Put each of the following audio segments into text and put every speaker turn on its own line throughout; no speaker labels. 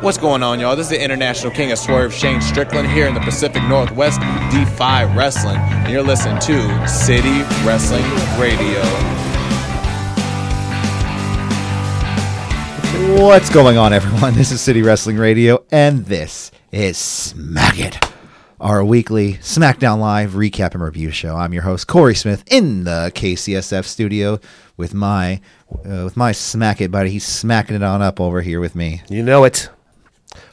What's going on, y'all? This is the International King of Swerve, Shane Strickland, here in the Pacific Northwest, Defy Wrestling, and you're listening to City Wrestling Radio.
What's going on, everyone? This is City Wrestling Radio, and this is Smack It, our weekly SmackDown Live recap and review show. I'm your host Corey Smith in the KCSF studio with my uh, with my Smack It buddy. He's smacking it on up over here with me.
You know it.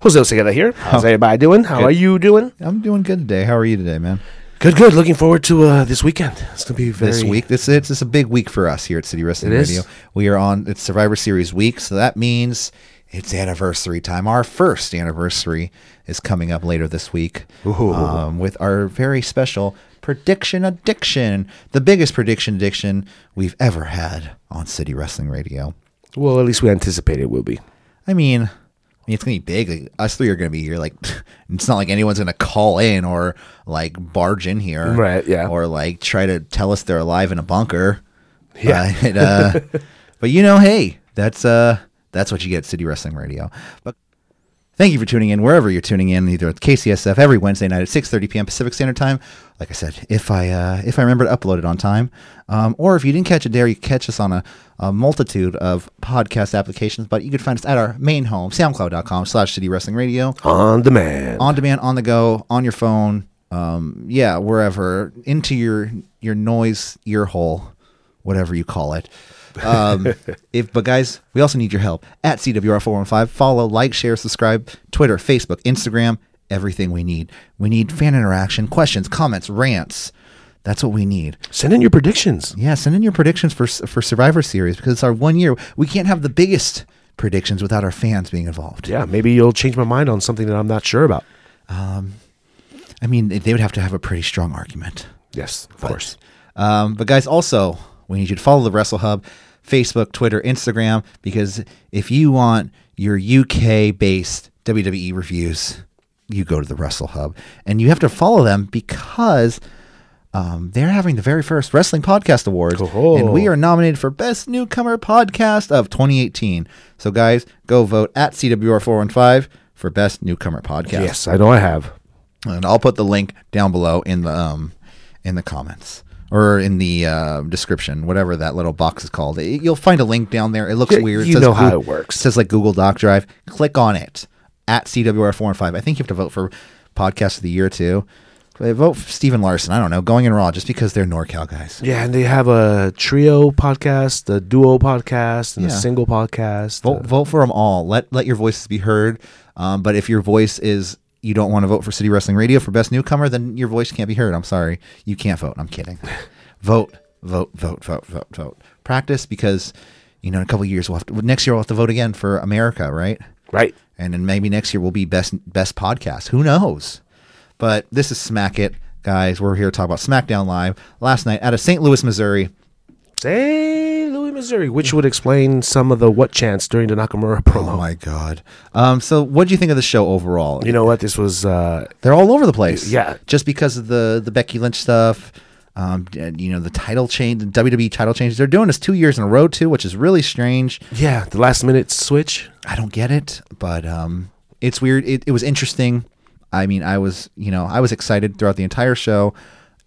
Jose Segura here. How's everybody doing? How are you doing?
I'm doing good today. How are you today, man?
Good, good. Looking forward to uh, this weekend. It's gonna be very
This week, this it's, it's a big week for us here at City Wrestling
It is.
Radio. We are on it's Survivor Series week, so that means it's anniversary time. Our first anniversary is coming up later this week um, with our very special prediction addiction, the biggest prediction addiction we've ever had on City Wrestling Radio.
Well, at least we anticipate it will be.
I mean, I mean, it's gonna be big. Like, us three are gonna be here. Like, it's not like anyone's gonna call in or like barge in here,
Right, yeah.
or like try to tell us they're alive in a bunker.
Yeah.
Right? Uh, but you know, hey, that's uh, that's what you get at City Wrestling Radio. But Thank you for tuning in wherever you're tuning in, either at KCSF every Wednesday night at 6:30 p.m. Pacific Standard Time. Like I said, if I uh, if I remember to upload it on time, um, or if you didn't catch it there, you can catch us on a, a multitude of podcast applications. But you can find us at our main home, SoundCloud.com/slash City Wrestling Radio,
On demand.
on demand, on the go, on your phone, um, yeah, wherever, into your your noise ear hole, whatever you call it. Um, if but guys, we also need your help at CWR415. Follow, like, share, subscribe, Twitter, Facebook, Instagram, everything we need. We need fan interaction, questions, comments, rants. That's what we need.
Send in your predictions.
Yeah, send in your predictions for for Survivor Series because it's our one year. We can't have the biggest predictions without our fans being involved.
Yeah, maybe you'll change my mind on something that I'm not sure about.
I mean, they would have to have a pretty strong argument.
Yes, of course.
Um, but guys, also we need you to follow the Wrestle Hub, Facebook, Twitter, Instagram, because if you want your UK based WWE E reviews, you go to the Wrestle Hub, and you have to follow them because. Um, they're having the very first Wrestling Podcast Awards,
Oh.
and we are nominated for Best Newcomer Podcast of 2018. So, guys, go vote at CWR415 for Best Newcomer Podcast,
Yes, I know I have.
and I'll put the link down below in the um, in the comments or in the uh, description, whatever that little box is called. It- you'll find a link down there. It looks
Yeah,
weird.
you know how
Goo-
it works.
says like Google Doc Drive. Click on it at CWR four and five. I think you have to vote for podcast of the year too. But Vote for Steven Larson. I don't know. Going in raw just because they're NorCal guys.
Yeah, and they have a trio podcast, a duo podcast, and
Yeah. Oh.
a single podcast. Uh,
Vote vote for them all. Let let your voices be heard. Um, but if your voice is you don't want to vote for City Wrestling Radio for best newcomer, then your voice can't be heard. I'm sorry, you can't vote. I'm kidding. vote, vote, vote, vote, vote, vote. Practice because you know in a couple of years we'll have to, next year we'll have to vote again for America, right?
Right.
And then maybe next year will be best best podcast. Who knows? But this is Smack It, guys. We're here to talk about SmackDown Live last night out of St. Louis, Missouri.
St. Louis, Missouri, which would explain some of the what chants during the Nakamura promo.
Oh my God. Um, so what do you think of the show overall?
You know what? This was uh,
They're all over the place.
Yeah.
just because of the the Becky Lynch stuff, um, and, you know the title change, the WWE title changes. They're doing this two years in a row too, which is really strange.
yeah, the last minute switch.
I don't get it, but um, it's weird. It, it was interesting. I mean, I was you know I was excited throughout the entire show.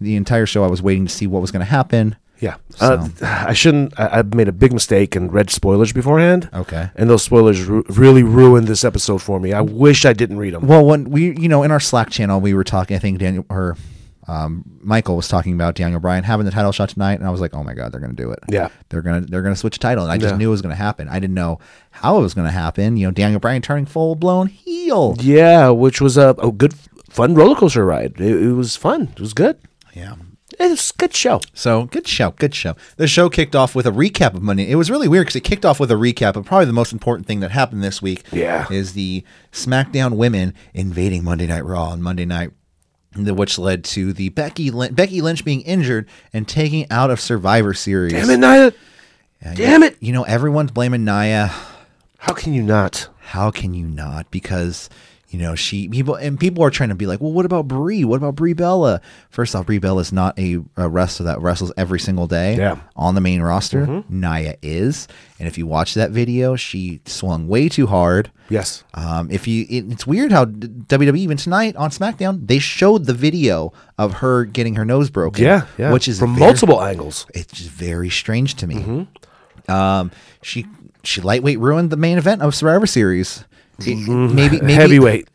The entire show, I was waiting to see what was going to happen.
Yeah. Uh, I shouldn't. I, I made a big mistake and read spoilers beforehand.
Okay.
And those spoilers ru- really ruined this episode for me. I wish I didn't read them.
Well, when we, you know, in our Slack channel, we were talking. I think Daniel or um, Michael was talking about Daniel Bryan having the title shot tonight, and I was like, "Oh my god, they're going to do it!
Yeah.
they're gonna they're gonna switch title." And I just
Yeah.
knew it was going to happen. I didn't know how it was going to happen. You know, Daniel Bryan turning full blown heel.
Yeah, which was a, a good, fun roller coaster ride. It, it was fun. It was good.
Yeah.
It was a good show.
So good show, good show. The show kicked off with a recap of Monday. It was really weird because it kicked off with a recap of probably the most important thing that happened this week.
Yeah.
is the SmackDown women invading Monday Night Raw on Monday night, the- which led to the Becky Lynch, Becky Lynch being injured and taking out of Survivor Series.
Damn it, Nia.
Yeah,
damn
you-
it.
You know everyone's blaming Nia.
How can you not?
how can you not? Because you know she people and people are trying to be like, well, what about Brie? What about Brie Bella? First off, Brie Bella is not a, a wrestler that wrestles every single day
Yeah. Mm-hmm.
on the main roster. Naya is, and if you watch that video, she swung way too hard.
Yes.
Um, if you, it, it's weird how d- WWE even tonight on SmackDown they showed the video of her getting her nose broken.
Yeah. Yeah.
which is
from
very-
multiple angles.
It's just very strange to me. Um, she she lightweight ruined the main event of Survivor Series. It- maybe, maybe
mm-hmm. heavyweight.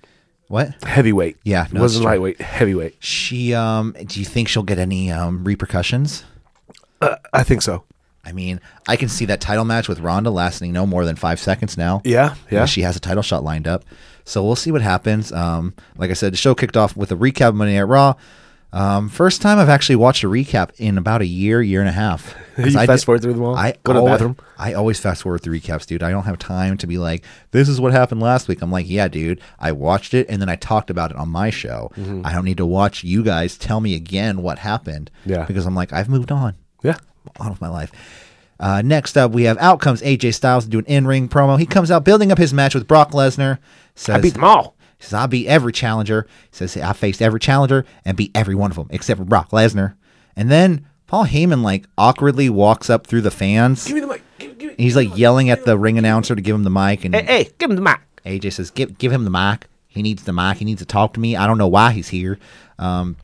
What
Heavyweight.
Yeah, no,
It
that's
wasn't
true.
lightweight. Heavyweight.
she um? Do you think she'll get any um repercussions?
I think so.
I mean, I can see that title match with Ronda lasting no more than five seconds now.
Yeah, yeah.
She has a title shot lined up, so we'll see what happens. Um, like I said, the show kicked off with a recap of Monday Night Raw. Um, first time I've actually watched a recap in about a year, year and a half. 'Cause
You
I
fast
di-
forward through them all?
I
Go to the
alwa-
bathroom?
I always fast forward through recaps, dude. I don't have time to be like, this is what happened last week. I'm like, yeah, dude, I watched it and then I talked about it on my show.
Mm-hmm.
I don't need to watch you guys tell me again what happened.
Yeah.
Because I'm like, I've moved on
Yeah.
on with my life. Uh, next up, we have out comes AJ Styles to do an in-ring promo. He comes out building up his match with Brock Lesnar. Says,
I beat them all.
He says, I beat every challenger. He says, I faced every challenger and beat every one of them except for Brock Lesnar. And then Paul Heyman, like, awkwardly walks up through the fans.
Give me the mic. Give, give,
and he's, like, yelling at the ring announcer to give him the mic. And
hey, hey, give him the mic.
AJ says, "Give give him the mic. He needs the mic. He needs to talk to me. I don't know why he's here." Um,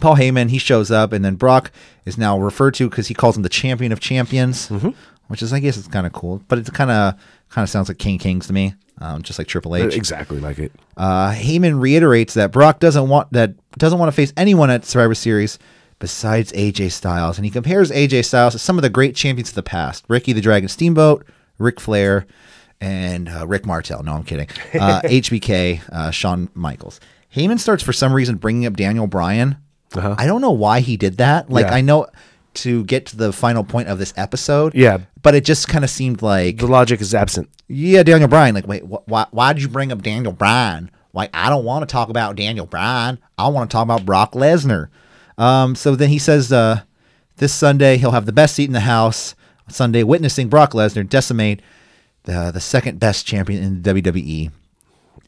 Paul Heyman he shows up, and then Brock is now referred to because he calls him the champion of champions,
Mm-hmm.
which is I guess it's kind of cool, but it's kind of kind of sounds like King Kings to me, um, just like Triple H.
Exactly like it.
Uh, Heyman reiterates that Brock doesn't want that doesn't want to face anyone at Survivor Series besides AJ Styles, and he compares AJ Styles to some of the great champions of the past: Ricky the Dragon Steamboat, Ric Flair, and uh, Rick Martel. No, I'm kidding. Uh, HBK, uh, Shawn Michaels. Heyman starts for some reason bringing up Daniel Bryan. I don't know why he did that. Like
Uh-huh. Yeah.
I know to get to the final point of this episode.
Yeah.
but it just kind of seemed like
The logic is absent.
yeah, Daniel Bryan. Like, wait, wh- why, why did you bring up Daniel Bryan? Like, I don't want to talk about Daniel Bryan. I want to talk about Brock Lesnar. Um, so then he says, uh, this Sunday he'll have the best seat in the house. Sunday, witnessing Brock Lesnar decimate the the second best champion in the WWE,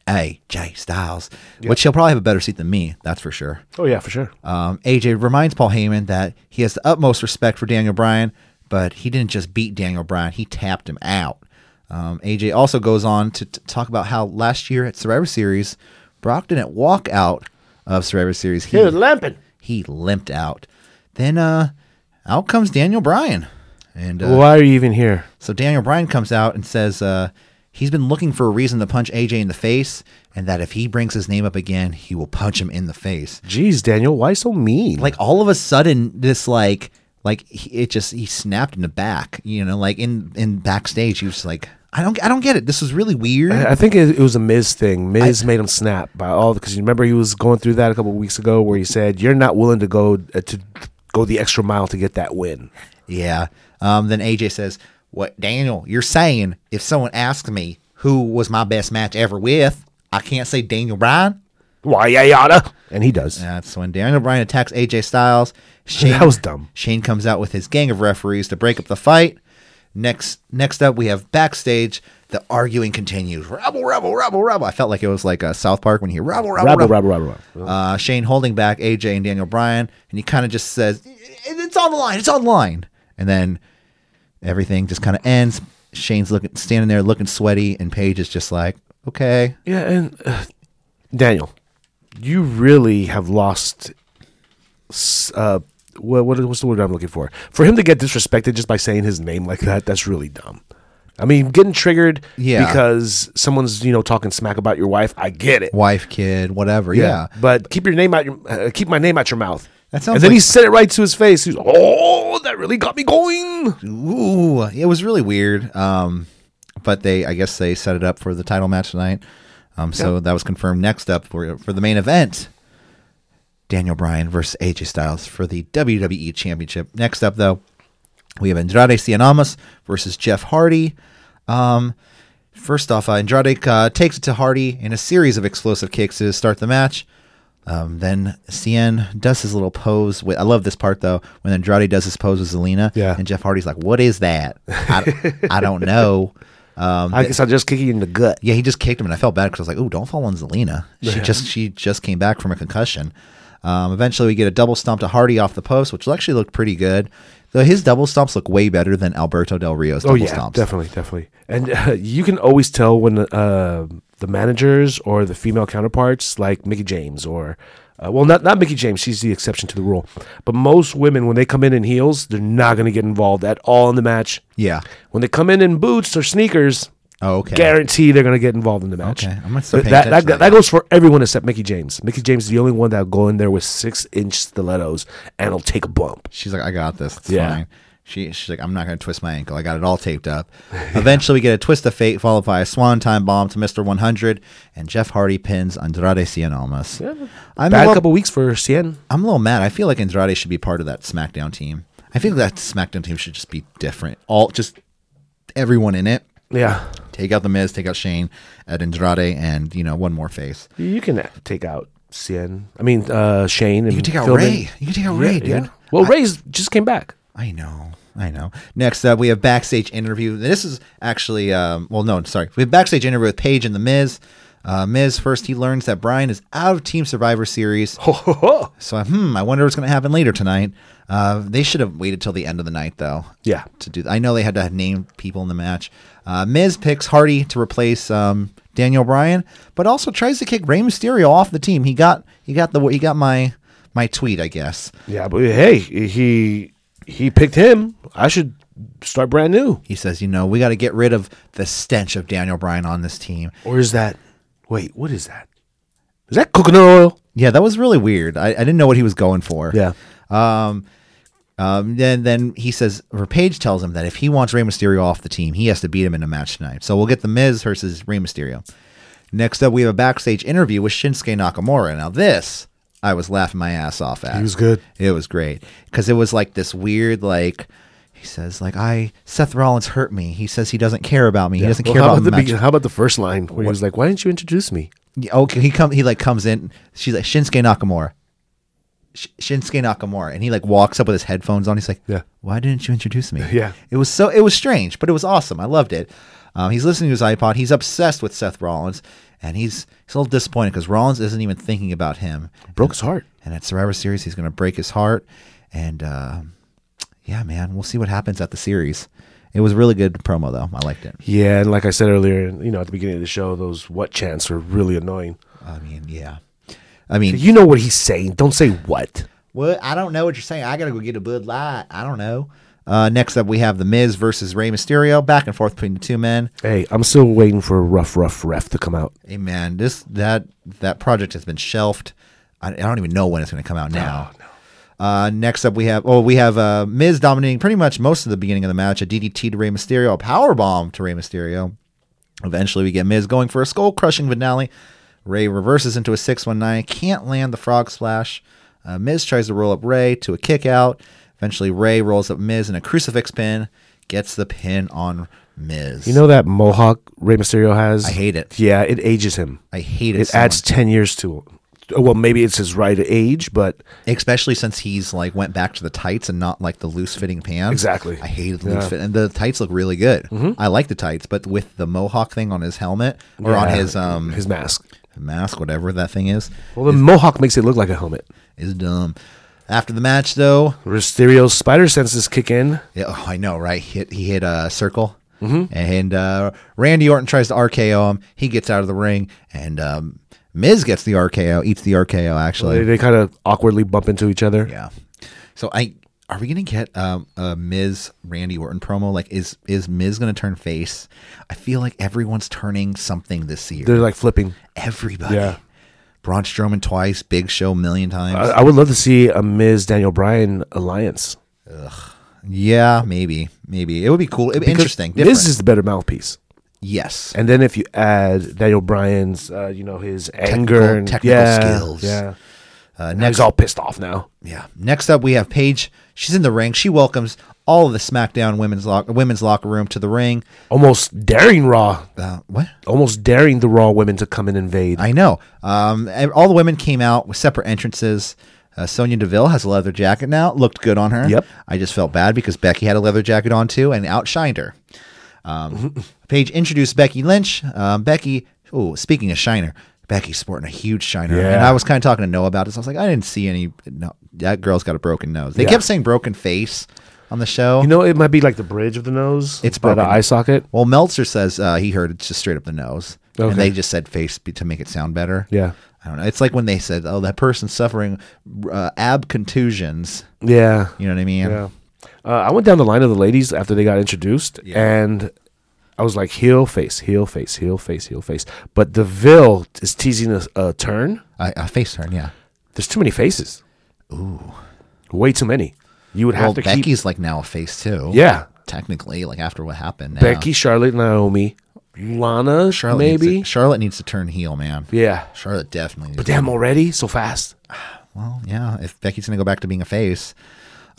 AJ Styles, which he'll probably have a better seat than me. That's for sure.
Oh yeah, for sure.
Um, AJ reminds Paul Heyman that he has the utmost respect for Daniel Bryan, but he didn't just beat Daniel Bryan, he tapped him out. Um, AJ also goes on to t- talk about how last year at Survivor Series, Brock didn't walk out of Survivor Series. He,
lamping.
he limped out. Then uh, out comes Daniel Bryan. And uh,
Why are you even here?
so Daniel Bryan comes out and says uh, he's been looking for a reason to punch AJ in the face, and that if he brings his name up again, he will punch him in the face
Jeez, Daniel, why so mean?
like all of a sudden this like like he, it just he snapped in the back you know like in in backstage he was like i don't i don't get it this is really weird
I I think it, it was a Miz thing. Miz made him snap by all because you remember he was going through that a couple of weeks ago where he said you're not willing to go uh, to go the extra mile to get that win.
yeah um then aj says what daniel you're saying if someone asks me who was my best match ever with i can't say daniel bryan
Why yeah yada? And he does.
that's when daniel bryan attacks aj styles shane
That was dumb.
shane comes out with his gang of referees to break up the fight next next up we have backstage the arguing continues rebel rebel rebel rebel i felt like it was like a south park when you hear rebel rebel rebel,
Rabble, rabble, rabble, rabble.
Uh, Shane holding back AJ and Daniel Bryan, and he kind of just says, "It- "It's on the line. It's on the line." And then everything just kind of ends. Shane's looking, standing there looking sweaty, and Paige is just like, "Okay."
Yeah, and uh, Daniel, you really have lost. s- Uh, what, what what's the word I'm looking for? For him to get disrespected just by saying his name like that, that's really dumb. I mean, getting triggered
Yeah.
because someone's you know talking smack about your wife. I get it.
Wife, kid, whatever. Yeah,
but keep your name out. Your, uh, keep my name out your mouth.
That sounds
And then
like-
he said it right to his face. He's oh, that really got me going.
Ooh, it was really weird. Um, but they, I guess, they set it up for the title match tonight. Um, so that was confirmed. Next up for for the main event, Daniel Bryan versus AJ Styles for the WWE Championship. Next up, though, we have Andrade Cien Almas versus Jeff Hardy. Um, first off, uh, Andrade uh, takes it to Hardy in a series of explosive kicks to start the match. Um, then Cien does his little pose. With I love this part though when Andrade does his pose with Zelina.
Yeah.
and Jeff Hardy's like, "What is that? I, I don't know."
Um, I guess I'll just kick you in the gut.
Yeah, he just kicked him, and I felt bad because I was like, "Oh, don't fall on Zelina." She just she just came back from a concussion. Um, eventually, we get a double stomp to Hardy off the post, which actually looked pretty good. Though his double stomps look way better than Alberto Del Rio's double
oh yeah,
stomps.
definitely, definitely. And uh, you can always tell when uh, the managers or the female counterparts, like Mickey James or, uh, well, not not Mickey James. She's the exception to the rule. But most women, when they come in in heels, they're not going to get involved at all in the match.
Yeah.
When they come in in boots or sneakers,
Oh, okay.
guarantee they're going to get involved in the match.
Okay, I'm gonna start
But
paying
that, that,
attention to
that,
that.
goes for everyone except Mickey James. Mickey James is the only one that'll go in there with six inch stilettos and will take a bump.
She's like, I got this. It's
Yeah.
fine. She, she's like, I'm not going to twist my ankle. I got it all taped up. Eventually, we get a twist of fate followed by a swan time bomb to Mr. 100, and Jeff Hardy pins Andrade Cien Almas. I'm, a
Bad
little,
couple weeks for Cien.
I'm a little mad. I feel like Andrade should be part of that SmackDown team. I feel that SmackDown team should just be different. All just everyone in it.
Yeah.
Take out the Miz, take out Shane, add Andrade, and you know one more face.
You can take out Cien. I mean, uh, Shane. And
You can take out Ray. You can take out Ray, dude.
Well, Ray's just came back.
I know. I know. Next up, we have backstage interview. This is actually, um, well, no, sorry. We have backstage interview with Paige and The Miz. Uh, Miz, first, he learns that Brian is out of Team Survivor Series. So, hmm, I wonder what's going to happen later tonight. Uh, they should have waited till the end of the night, though.
Yeah.
To do, I know they had to name people in the match. Uh, Miz picks Hardy to replace um, Daniel Bryan, but also tries to kick Rey Mysterio off the team. He got, he got the, he got my, my tweet, I guess.
Yeah, but hey, he he picked him. I should start brand new.
He says, you know, we got to get rid of the stench of Daniel Bryan on this team.
Or is that? Wait, what is that? Is that coconut oil?
Yeah, that was really weird. I, I didn't know what he was going for.
Yeah.
Um, then then he says, or Paige tells him that if he wants Rey Mysterio off the team, he has to beat him in a match tonight. So we'll get the Miz versus Rey Mysterio. Next up, we have a backstage interview with Shinsuke Nakamura. Now this, I was laughing my ass off at.
He was good.
It was great because it was like this weird like. He says, like, I, Seth Rollins hurt me. He says he doesn't care about me. He doesn't
Well,
care
how
about,
the
match.
begin- how about the first line where he was like, "Why didn't you introduce me?"
Yeah, okay, he come he like comes in. She's like Shinsuke Nakamura. Sh- Shinsuke Nakamura, and he like walks up with his headphones on. He's like,
Yeah.
why didn't you introduce me?"
Yeah.
it was so it was strange, but it was awesome. I loved it. Um, he's listening to his iPod. He's obsessed with Seth Rollins, and he's he's a little disappointed because Rollins isn't even thinking about him.
Broke his heart.
And at Survivor Series, he's going to break his heart. And uh, yeah, man, we'll see what happens at the series. It was a really good promo though. I liked it.
Yeah, and like I said earlier, you know, at the beginning of the show, those what chants are really annoying.
I mean, yeah. I mean,
You know what he's saying. Don't say what.
What? I don't know what you're saying. I gotta go get a Bud Light. I don't know. Uh, next up, we have the Miz versus Rey Mysterio, back and forth between the two men.
Hey, I'm still waiting for a rough, rough ref to come out.
Hey, man, this that that project has been shelved. I, I don't even know when it's gonna come out now. Uh, next up, we have oh, we have uh, Miz dominating pretty much most of the beginning of the match. A DDT to Rey Mysterio, a power bomb to Rey Mysterio. Eventually, we get Miz going for a skull crushing finale. Ray reverses into a 619, can't land the frog splash. Uh, Miz tries to roll up Ray to a kick out. Eventually, Ray rolls up Miz in a crucifix pin, gets the pin on Miz.
You know that mohawk Rey Mysterio has?
I hate it.
Yeah, it ages him.
I hate it.
it
so
adds
much.
10 years to him. Well, maybe it's his right age, but
especially since he's like went back to the tights and not like the loose fitting pants.
Exactly. Mm-hmm.
I hated the loose fit, and the tights look really good. I like the tights, but with the mohawk thing on his helmet or on
Yeah,
his um
his mask.
mask, whatever that thing is,
Well, the mohawk makes it look like a helmet.
is dumb. After the match, though,
Mysterio's spider senses kick in.
Yeah, oh, I know, right? He hit, he hit a circle,
Mm-hmm.
and uh, Randy Orton tries to RKO him. He gets out of the ring, and um, Miz gets the RKO, eats the RKO. Actually,
They, they kind of awkwardly bump into each other.
yeah. So I are we gonna get um, a Miz Randy Orton promo? Like, is is Miz gonna turn face? I feel like everyone's turning something this year.
They're like flipping.
Everybody.
Yeah.
Braun Strowman twice, Big Show a million times.
I, I would love to see a Miz Daniel Bryan alliance.
yeah, maybe, maybe it would be cool. It'd be
Because
interesting. Different.
Miz is the better mouthpiece.
yes.
And then if you add Daniel Bryan's, uh, you know, his anger
Technical-
and
oh, technical
yeah,
skills.
Yeah.
Uh,
Now he's all pissed off now.
Yeah. Next up, we have Paige. She's in the ring. She welcomes all of the SmackDown women's lock women's locker room to the ring.
Almost daring Raw,
Uh, what?
almost daring the Raw women to come and invade.
I know. Um, and all the women came out with separate entrances. Uh, Sonya Deville has a leather jacket now. Looked good on her.
Yep.
I just felt bad because Becky had a leather jacket on too and outshined her. Um, Paige introduced Becky Lynch. Um, Becky, oh, speaking of Shiner, Becky's sporting a huge Shiner.
Yeah.
And I was kind of talking to Noah about this. I was like, I didn't see any. No, that girl's got a broken nose. They
Yeah.
kept saying broken face on the show.
You know, it might be like the bridge of the nose.
It's
by the
broken.
eye socket.
well, Meltzer says uh, he heard it's just straight up the nose.
Okay.
And they just said face be- to make it sound better.
Yeah.
I don't know. It's like when they said, oh, that person's suffering uh, ab contusions.
Yeah.
You know what I mean?
Yeah. Uh, I went down the line of the ladies after they got introduced, and I was like, heel face, heel face, heel face, heel face. But DeVille is teasing a, a turn.
A, a face turn, yeah.
There's too many faces. Ooh. Way too many. You would
Well,
have to keep.
Becky's like now a face too.
Yeah.
Technically, like after what happened. now.
Becky, Charlotte, Naomi, Lana,
Charlotte
maybe.
Needs to, Charlotte needs to turn heel, man.
yeah.
Charlotte definitely. Needs
But damn, already? So fast.
Well, yeah. If Becky's gonna go back to being a face,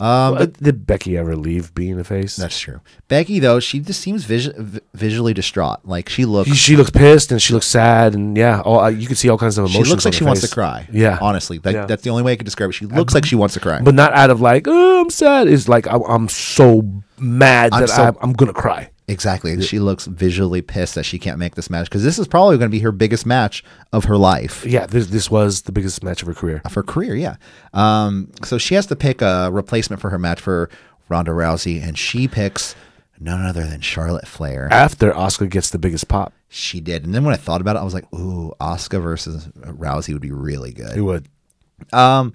Uh, did Becky ever leave being a face?
that's true. Becky though, she just seems visu- vi- visually distraught. Like she looks.
She- She looks pissed and she looks sad and yeah, all, uh, you can see all kinds of
She
emotions.
looks
on
like
her
she wants to
face.
cry.
Yeah,
honestly, that,
Yeah.
that's the only way I could describe it. She looks like she wants to cry.
but not out of like oh, I'm sad. It's like I'm, I'm so mad
I'm
that
so-
I'm, I'm gonna cry.
exactly, she looks visually pissed that she can't make this match because this is probably going to be her biggest match of her life.
Yeah, this this was the biggest match of her career.
of her career. Yeah. Um, so she has to pick a replacement for her match for Ronda Rousey, and she picks none other than Charlotte Flair.
After Oscar gets the biggest pop,
She did. And then when I thought about it, I was like, ooh, Oscar versus Rousey would be really
it
good.
would.
Um,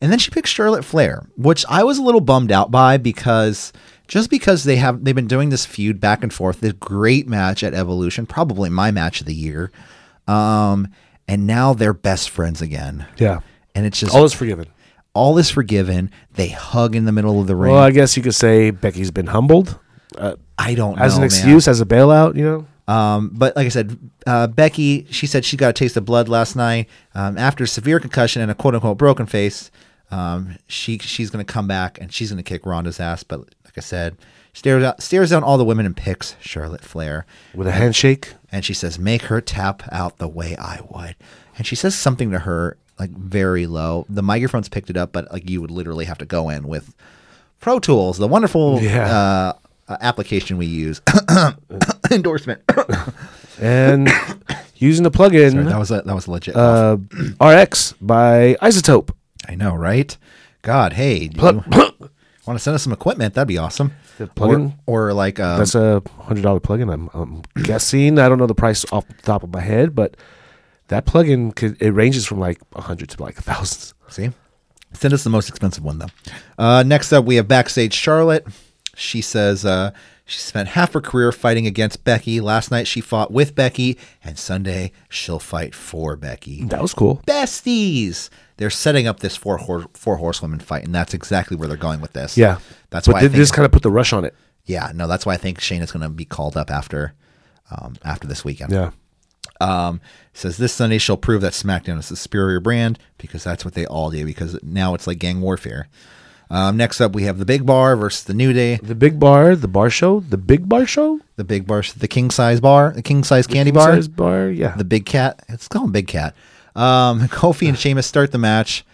and then she picked Charlotte Flair, which I was a little bummed out by because just because they have they've been doing this feud back and forth, this great match at Evolution, probably my match of the year. Um, and now they're best friends again.
Yeah,
And it's just
all is forgiven.
all is forgiven. They hug in the middle of the ring.
Well, I guess you could say Becky's been humbled uh,
I don't
as
know,
an
man.
excuse, as a bailout. You know,
Um, but like I said, uh, Becky, she said she got a taste of blood last night um, after a severe concussion and a quote unquote broken face. Um, she she's gonna come back and she's gonna kick Ronda's ass. But like I said, stares out, stares down all the women and picks Charlotte Flair.
with a handshake.
and she says, "Make her tap out the way I would." And she says something to her like very low. The microphones picked it up, but like you would literally have to go in with Pro Tools, the wonderful
Yeah.
uh, application we use. Endorsement.
And using the plug-in
that was a, that was legit.
uh, RX by Isotope.
I know, right? God, hey, do you want to send us some equipment? That'd be awesome.
plug-in?
or, or like um,
That's a hundred dollar plugin. I'm, I'm guessing. I don't know the price off the top of my head, but that plugin could it ranges from like a hundred to like thousands.
See? Send us the most expensive one, though. Uh, next up, we have Backstage Charlotte. She says uh, she spent half her career fighting against Becky. Last night, she fought with Becky, and Sunday, she'll fight for Becky.
That was cool.
Besties! They're setting up this four, hor- four horsewomen fight, and that's exactly where they're going with this.
Yeah,
That's
but
why I
thi-
think,
this kind of put the rush on it.
yeah, no, that's why I think Shane is going to be called up after, um, after this weekend.
Yeah,
Um, says this Sunday she'll prove that SmackDown is the superior brand because that's what they all do. Because now it's like gang warfare. Um, next up, we have the Big Bar versus the New Day.
the big bar, the bar show, the big bar show,
The Big Bar, the king size bar, the king size candy bar,
Size bar. Yeah,
the Big Cat. It's called Big Cat. Um, Kofi and Sheamus start the match.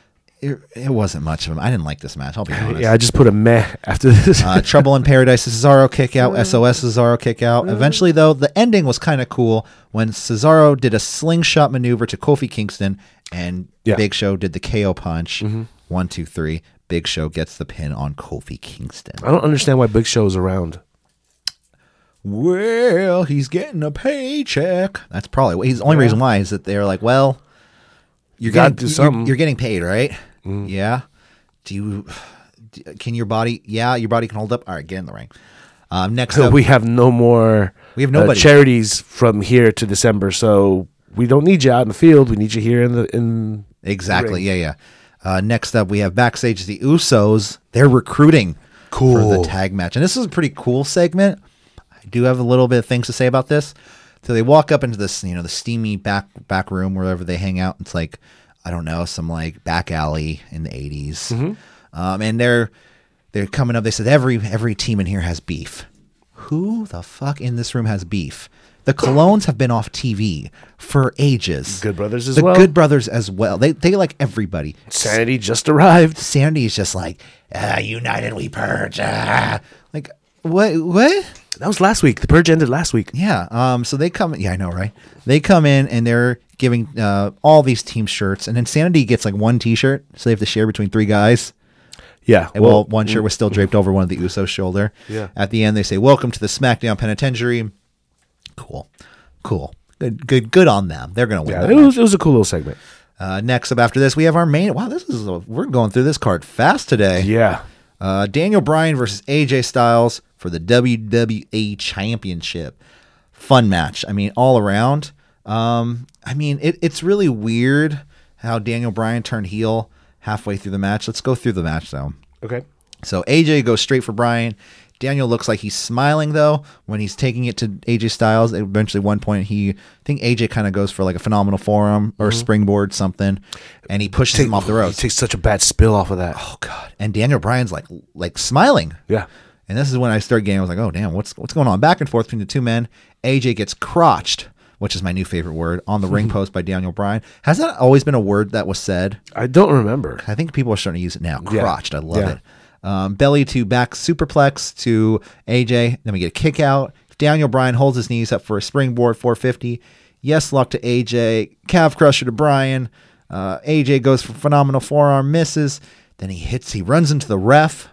It, it wasn't much of them. I didn't like this match. I'll be honest.
yeah. I just put a meh after this.
Uh, Trouble in Paradise, Cesaro kick out, SOS Cesaro kick out. Eventually, though, the ending was kind of cool when Cesaro did a slingshot maneuver to Kofi Kingston and
Yeah. Mm-hmm.
Big Show did the KO punch. One, two, three. Big Show gets the pin on Kofi Kingston.
I don't understand why Big Show is around.
Well, he's getting a paycheck. That's probably what he's the only reason why is that they're like, well, you're
gotta
getting
do
you're-
something. Mm.
You're, getting paid, right? Yeah. Do you? do- Can your body? Yeah, your body can hold up. All right, get in the ring. Um, next up,
we have no more. uh,
We have nobody.
charities from here to December, so we don't need you out in the field. We need you here in the in.
Exactly. Yeah, yeah. Uh, next up, we have backstage the Usos. They're recruiting for
Cool.
the tag match, and this is a pretty cool segment. I do have a little bit of things to say about this. So they walk up into this, you know, the steamy back back room wherever they hang out. It's like I don't know, some like back alley in the 80s
Mm-hmm.
um, and they're they're coming up. They said every every team in here has beef. Who the fuck in this room has beef? The Colognes have been off TV for ages.
Good Brothers as
the
well?
Good Brothers as well. They they like everybody.
Sanity just arrived.
Sandy is just like, ah, united we purge. ah." Like, What? What?
That was last week. The purge ended last week.
Yeah. Um. So they come. Yeah, I know, right? They come in and they're giving uh, all these team shirts, and Insanity gets like one T-shirt, so they have to share between three guys.
Yeah.
And, well, one shirt was still draped over one of the Usos' shoulder.
Mm. Yeah.
At the end, they say, "Welcome to the SmackDown Penitentiary." Cool, cool, good, good, good on them. They're gonna win.
yeah,
that
it was, it was a cool little segment.
Uh, next up after this, we have our main. Wow, this is a, we're going through this card fast today.
Yeah.
Uh, Daniel Bryan versus AJ Styles for the WWE Championship. Fun match. I mean, all around. Um, I mean, it, it's really weird how Daniel Bryan turned heel halfway through the match. Let's go through the match though.
Okay.
So AJ goes straight for Bryan. Daniel looks like he's smiling though when he's taking it to AJ Styles. Eventually, one point he, I think AJ kind of goes for like a phenomenal forearm or springboard something, and he pushes him off the
He
ropes.
takes such a bad spill off of that.
oh god! And Daniel Bryan's like like smiling.
Yeah.
And this is when I start getting I was like, oh damn, what's what's going on? Back and forth between the two men. AJ gets crotched, which is my new favorite word, on the ring post by Daniel Bryan. Has that always been a word that was said?
I don't remember.
I think people are starting to use it now.
Yeah.
Crotched. I love
Yeah.
it. Um, belly to back superplex to AJ. Then we get a kick out. Daniel Bryan holds his knees up for a springboard 450. Yes, lock to AJ. Calf crusher to Bryan. Uh, AJ goes for phenomenal forearm, misses. Then he hits, he runs into the ref.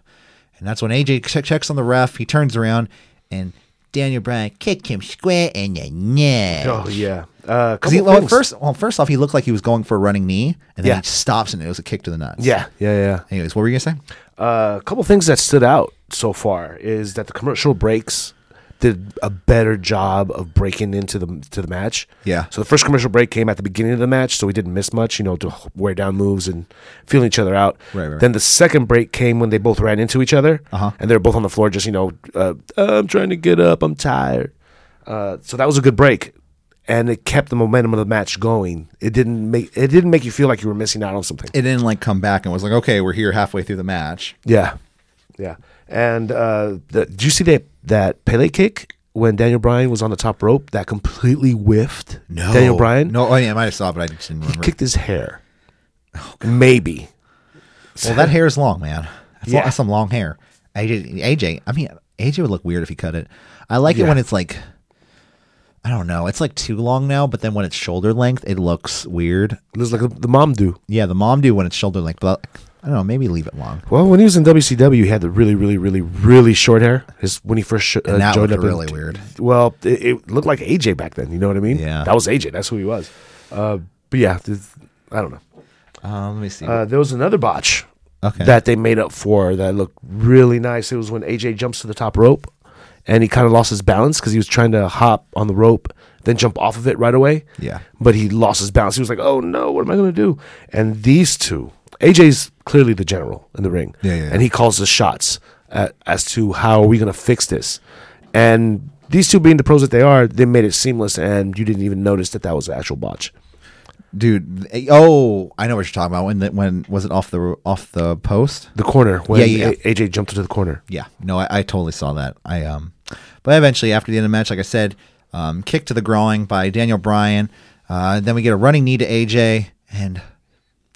And that's when AJ che- checks on the ref. He turns around and Daniel Bryan kicked him square in the neck.
Oh yeah. Uh,
Because he well, first, well, first off, he looked like he was going for a running knee, and then
Yeah.
he stops, and it was a kick to the nuts.
Yeah. Yeah.
Anyways, what were you gonna say?
Yeah. Uh, a couple things that stood out so far is that the commercial breaks did a better job of breaking into the to the match.
Yeah.
So the first commercial break came at the beginning of the match, so we didn't miss much, you know, to wear down moves and feeling each other out.
Right, right, right.
Then the second break came when they both ran into each other,
Uh-huh.
and they were both on the floor, just you know, uh, I'm trying to get up, I'm tired. Uh, so that was a good break, and it kept the momentum of the match going. It didn't make it didn't make you feel like you were missing out on something.
It didn't like come back and was like, okay, we're here halfway through the match.
Yeah, yeah. And uh, the, did you see that that Pele kick when Daniel Bryan was on the top rope that completely whiffed? Daniel Bryan
No, oh, yeah, I might have saw, it, but I just didn't remember.
kicked his hair.
Oh,
Maybe.
well, that hair is long, man. That's, lo-
Yeah.
that's some long hair. AJ, AJ, I mean, AJ would look weird if he cut it. I like it
Yeah.
when it's like, I don't know, it's like too long now, but then when it's shoulder length, it looks weird.
Looks like the mom do.
Yeah, the mom do when it's shoulder length, but I don't know, maybe leave it long.
Well, when he was in WCW, he had the really, really, really, really short hair. His when he first sh- uh,
And that
joined
looked
up. in-
really weird.
Well, it, it looked like AJ back then. You know what I mean?
Yeah.
that was AJ. That's who he was. Uh, but yeah, this- I don't know.
Um, let me see.
Uh, there was another botch
Okay.
that they made up for that looked really nice. It was when AJ jumps to the top rope and he kind of lost his balance because he was trying to hop on the rope, then jump off of it right away.
Yeah.
But he lost his balance. He was like, oh no, what am I going to do? And these two, AJ's clearly the general in the ring.
Yeah, yeah, yeah.
And he calls the shots at, as to how are we going to fix this. And these two being the pros that they are, they made it seamless and you didn't even notice that that was an actual botch.
Dude, eh, oh, I know what you're talking about. When the, when was it off the off the post?
The corner, when
Yeah, yeah, yeah.
A- AJ jumped into the corner.
Yeah, no, I, I totally saw that. I um, but eventually after the end of the match, like I said, um, kick to the groin by Daniel Bryan. Uh, then we get a running knee to AJ and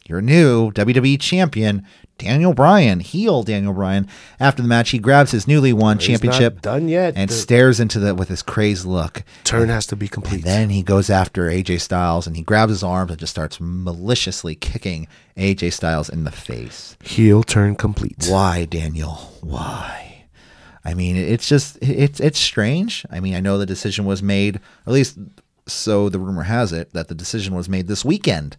your new WWE champion Daniel Bryan, heel Daniel Bryan. After the match, he grabs his newly won championship,
not done yet.
and
The-
stares into the with his crazed look.
Turn has to be complete.
Then he goes after AJ Styles and he grabs his arms and just starts maliciously kicking AJ Styles in the face.
Heel turn complete.
Why, Daniel? Why? I mean, it's just it's it's strange. I mean, I know the decision was made, at least so the rumor has it that the decision was made this weekend,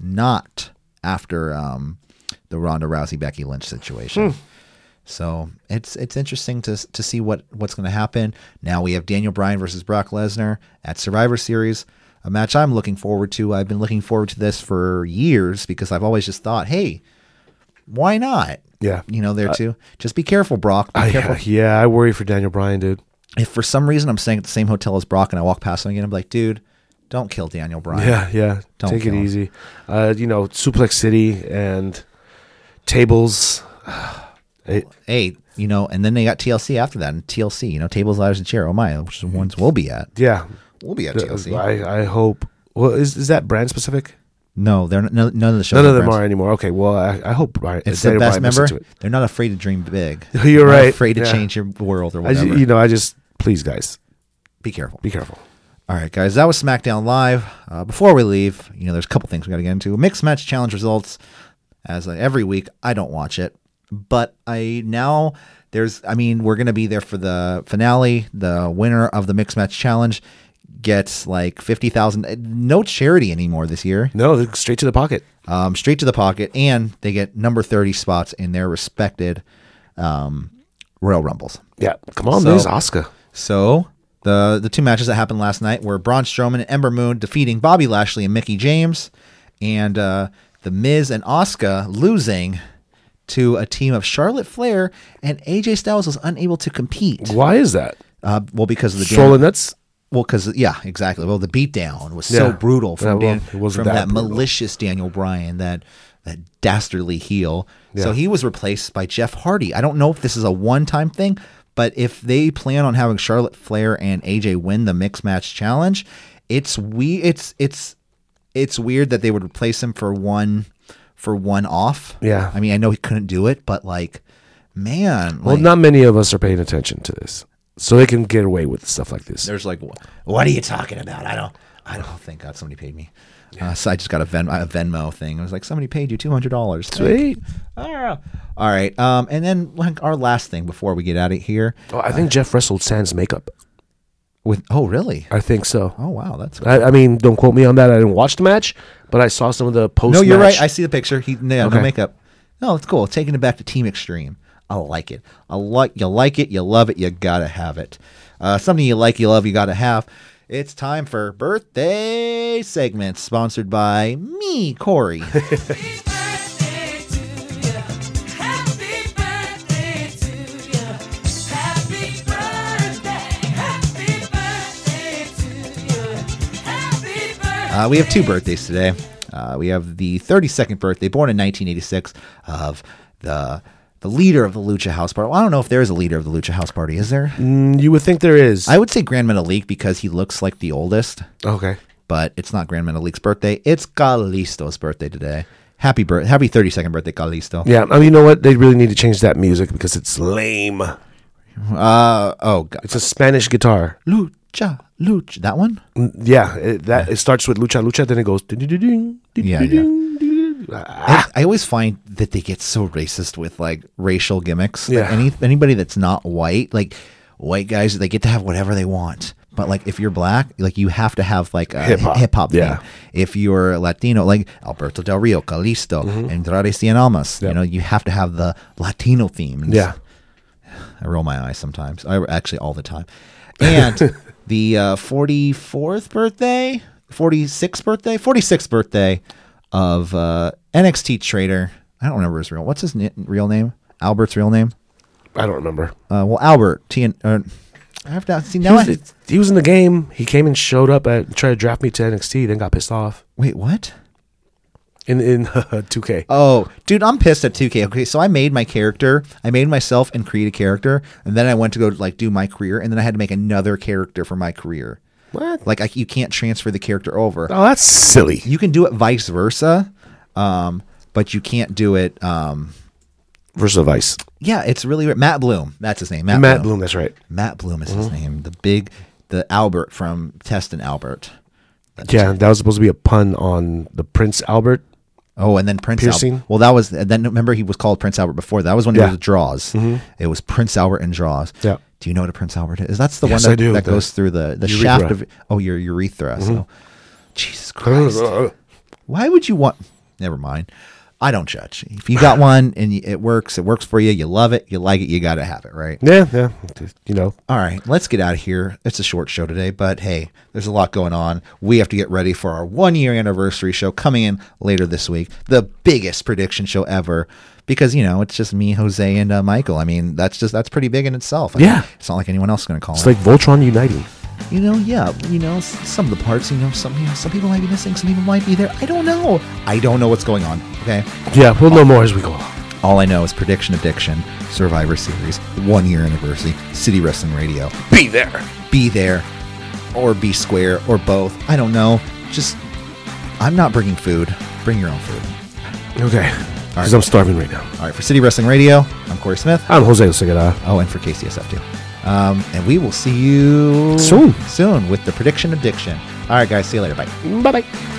not after um, the Ronda Rousey Becky Lynch situation. So it's it's interesting to to see what what's going to happen. Now we have Daniel Bryan versus Brock Lesnar at Survivor Series, a match I'm looking forward to. I've been looking forward to this for years because I've always just thought, hey, why not?
Yeah.
you know there too. Just be careful, Brock. Be
I,
careful.
yeah, I worry for Daniel Bryan, dude.
If for some reason I'm staying at the same hotel as Brock and I walk past him again, I'm like, dude, don't kill Daniel Bryan.
Yeah, yeah.
Don't
Take
kill
it
him.
easy. Uh, you know, Suplex City and tables. It-
Hey, you know, and then they got TLC after that, and TLC, you know, tables, ladders, and chair. Oh my, which is the ones we'll be at.
yeah. Uh,
We'll be at TLC.
I, I hope. Well, is, is that brand specific?
No, they're not, no, none of the shows.
None of
are
them
friends.
are anymore. Okay, well, I, I hope Brian.
It's the
Daniel
best
Bryan listens
member.
to it.
They're not afraid to dream big.
You're
They're not
right.
Afraid to
Yeah.
change your world or
I
whatever.
ju- you know, I just please, guys,
Be careful.
be careful.
All right, guys, that was SmackDown Live. Uh, before we leave, you know, there's a couple things we got to get into. Mixed match challenge results, as uh, every week, I don't watch it, but I now there's, I mean, we're gonna be there for the finale. The winner of the mixed match challenge gets like fifty thousand. Uh, No charity anymore this year.
No, they're straight to the pocket.
um, straight to the pocket, and they get number 30 spots in their respected um, Royal Rumbles.
Yeah, come on,
So-
there's Oscar.
So the the two matches that happened last night were Braun Strowman and Ember Moon defeating Bobby Lashley and Mickey James, and uh, the Miz and Oscar losing to a team of Charlotte Flair and AJ Styles was unable to compete.
Why is that?
Uh, well, because of the damage-
Strolling nuts.
well, because yeah, exactly. Well, the beatdown was so
Yeah.
brutal
Yeah,
from
well,
Dan,
it wasn't
from
that
that,
brutal.
malicious Daniel Bryan, that that dastardly heel. So
Yeah.
he was replaced by Jeff Hardy. I don't know if this is a one-time thing, but if they plan on having Charlotte Flair and AJ win the mixed match challenge, it's we it's it's it's weird that they would replace him for one for one off.
Yeah.
I mean, I know he couldn't do it, but like, man,
Well,
like,
not many of us are paying attention to this, so they can get away with stuff like this.
There's like, "Wh- what are you talking about? I don't, I don't. oh, Thank God somebody paid me. Uh, so I just got a, Ven- a Venmo thing. I was like, somebody paid you two hundred dollars. "Ah."
Sweet.
All right. Um, and then like our last thing before we get out of here
Oh, I think Jeff wrestled Sans makeup.
with. Oh really?
I think so.
Oh wow, that's.
I, I mean, don't quote me on that. I didn't watch the match, but I saw some of the post.
No, you're right. I see the picture. He no, no
Okay.
makeup. No, it's cool. Taking it back to Team Extreme. I like it. I like you like it. You love it. You gotta have it. Uh, something you like, you love, you gotta have. It's time for birthday segments sponsored by me, Corey.
Happy birthday to you. Happy birthday to you. Happy birthday. Happy birthday to you. Happy birthday.
Uh, we have two birthdays today. Uh, we have the 32nd birthday, born in 1986, of the the leader of the Lucha House Party. Well, I don't know if there is a leader of the Lucha House Party. Is there?
Mm, You would think there is.
I would say Grand Metalik because he looks like the oldest.
okay.
but it's not Grand Metalik birthday. It's Calisto's birthday today. Happy birth, happy 32nd birthday, Calisto.
Yeah. I mean, you know what? They really need to change that music because it's lame.
Uh oh, God.
It's a Spanish guitar.
lucha, lucha. That one.
Mm, Yeah. It, that it starts with lucha lucha, then it goes. ding, ding, ding, ding, ding,
Yeah,
ding,
yeah.
ding, ding, ding. Ah,
I, I always find that they get so racist with like racial gimmicks. Like,
Yeah.
any anybody that's not white, like white guys, they get to have whatever they want. But like if you're black, like you have to have like a hip
Hip-hop,
hop.
yeah.
If you're Latino, like Alberto Del Rio, Calisto,
Mm-hmm.
Andrade Cien Almas, you know, you have to have the Latino themes.
Yeah.
I roll my eyes sometimes. I actually all the time. And the uh, 44th birthday, 46th birthday, 46th birthday of uh, NXT trader. I don't remember his real. What's his ni- real name? Albert's real name?
I don't remember.
Uh, well, Albert T. Uh, I have to see
He
now.
was,
Oh, I,
he was in the game. He came and showed up at tried to draft me to NXT, then got pissed off
wait, what?
in in 2K.
Oh, dude, I'm pissed at 2K. Okay, so I made my character. I made myself and create a character, and then I went to go like do my career, and then I had to make another character for my career.
What?
Like I, you can't transfer the character over.
Oh, that's silly.
you can do it vice versa um but you can't do it um
Versus Vice.
yeah it's really weird. matt bloom that's his name matt, bloom.
Matt Bloom. Mm-hmm. That's right.
matt bloom is his name the big the albert from test and albert
Yeah, that was supposed to be a pun on the Prince Albert.
oh and then prince
Piercing.
albert well that was and then remember he was called prince albert before that was when he
Yeah. Mm-hmm.
was draws it was prince albert and draws
Yeah.
do you know what a prince albert is that's the
Yes,
one that,
I do.
that
The
goes through the the
urethra. Mm-hmm.
shaft of oh your urethra so jesus christ Why would you want? Never mind. I don't judge. If you got one and y- it works, it works for you. You love it. You like it. You got to have it, right?
Yeah, yeah. You know,
All right, let's get out of here. It's a short show today, but hey, there's a lot going on. We have to get ready for our one year anniversary show coming in later this week, the biggest prediction show ever. Because you know, it's just me, Jose, and uh, Michael. I mean, that's just that's pretty big in itself. I mean,
Yeah.
it's not like anyone else is going to call.
it's
in.
like Voltron uniting.
You know, yeah, you know, s- some of the parts, you know, some you know, some people might be missing, some people might be there. I don't know. I don't know what's going on. Okay.
Yeah, we'll know more as we go along.
All I know is Prediction Addiction, Survivor Series, one year anniversary, City Wrestling Radio.
Be there.
Be there, or be square, or both. I don't know. Just I'm not bringing food. Bring your own food.
Okay. Because I'm starving right now.
All right, for City Wrestling Radio, I'm Corey Smith.
I'm Jose Segura.
Oh, and for KCSF too. Um, and we will see you
Soon.
soon with the prediction addiction. All right, guys. See you later. Bye.
Bye bye.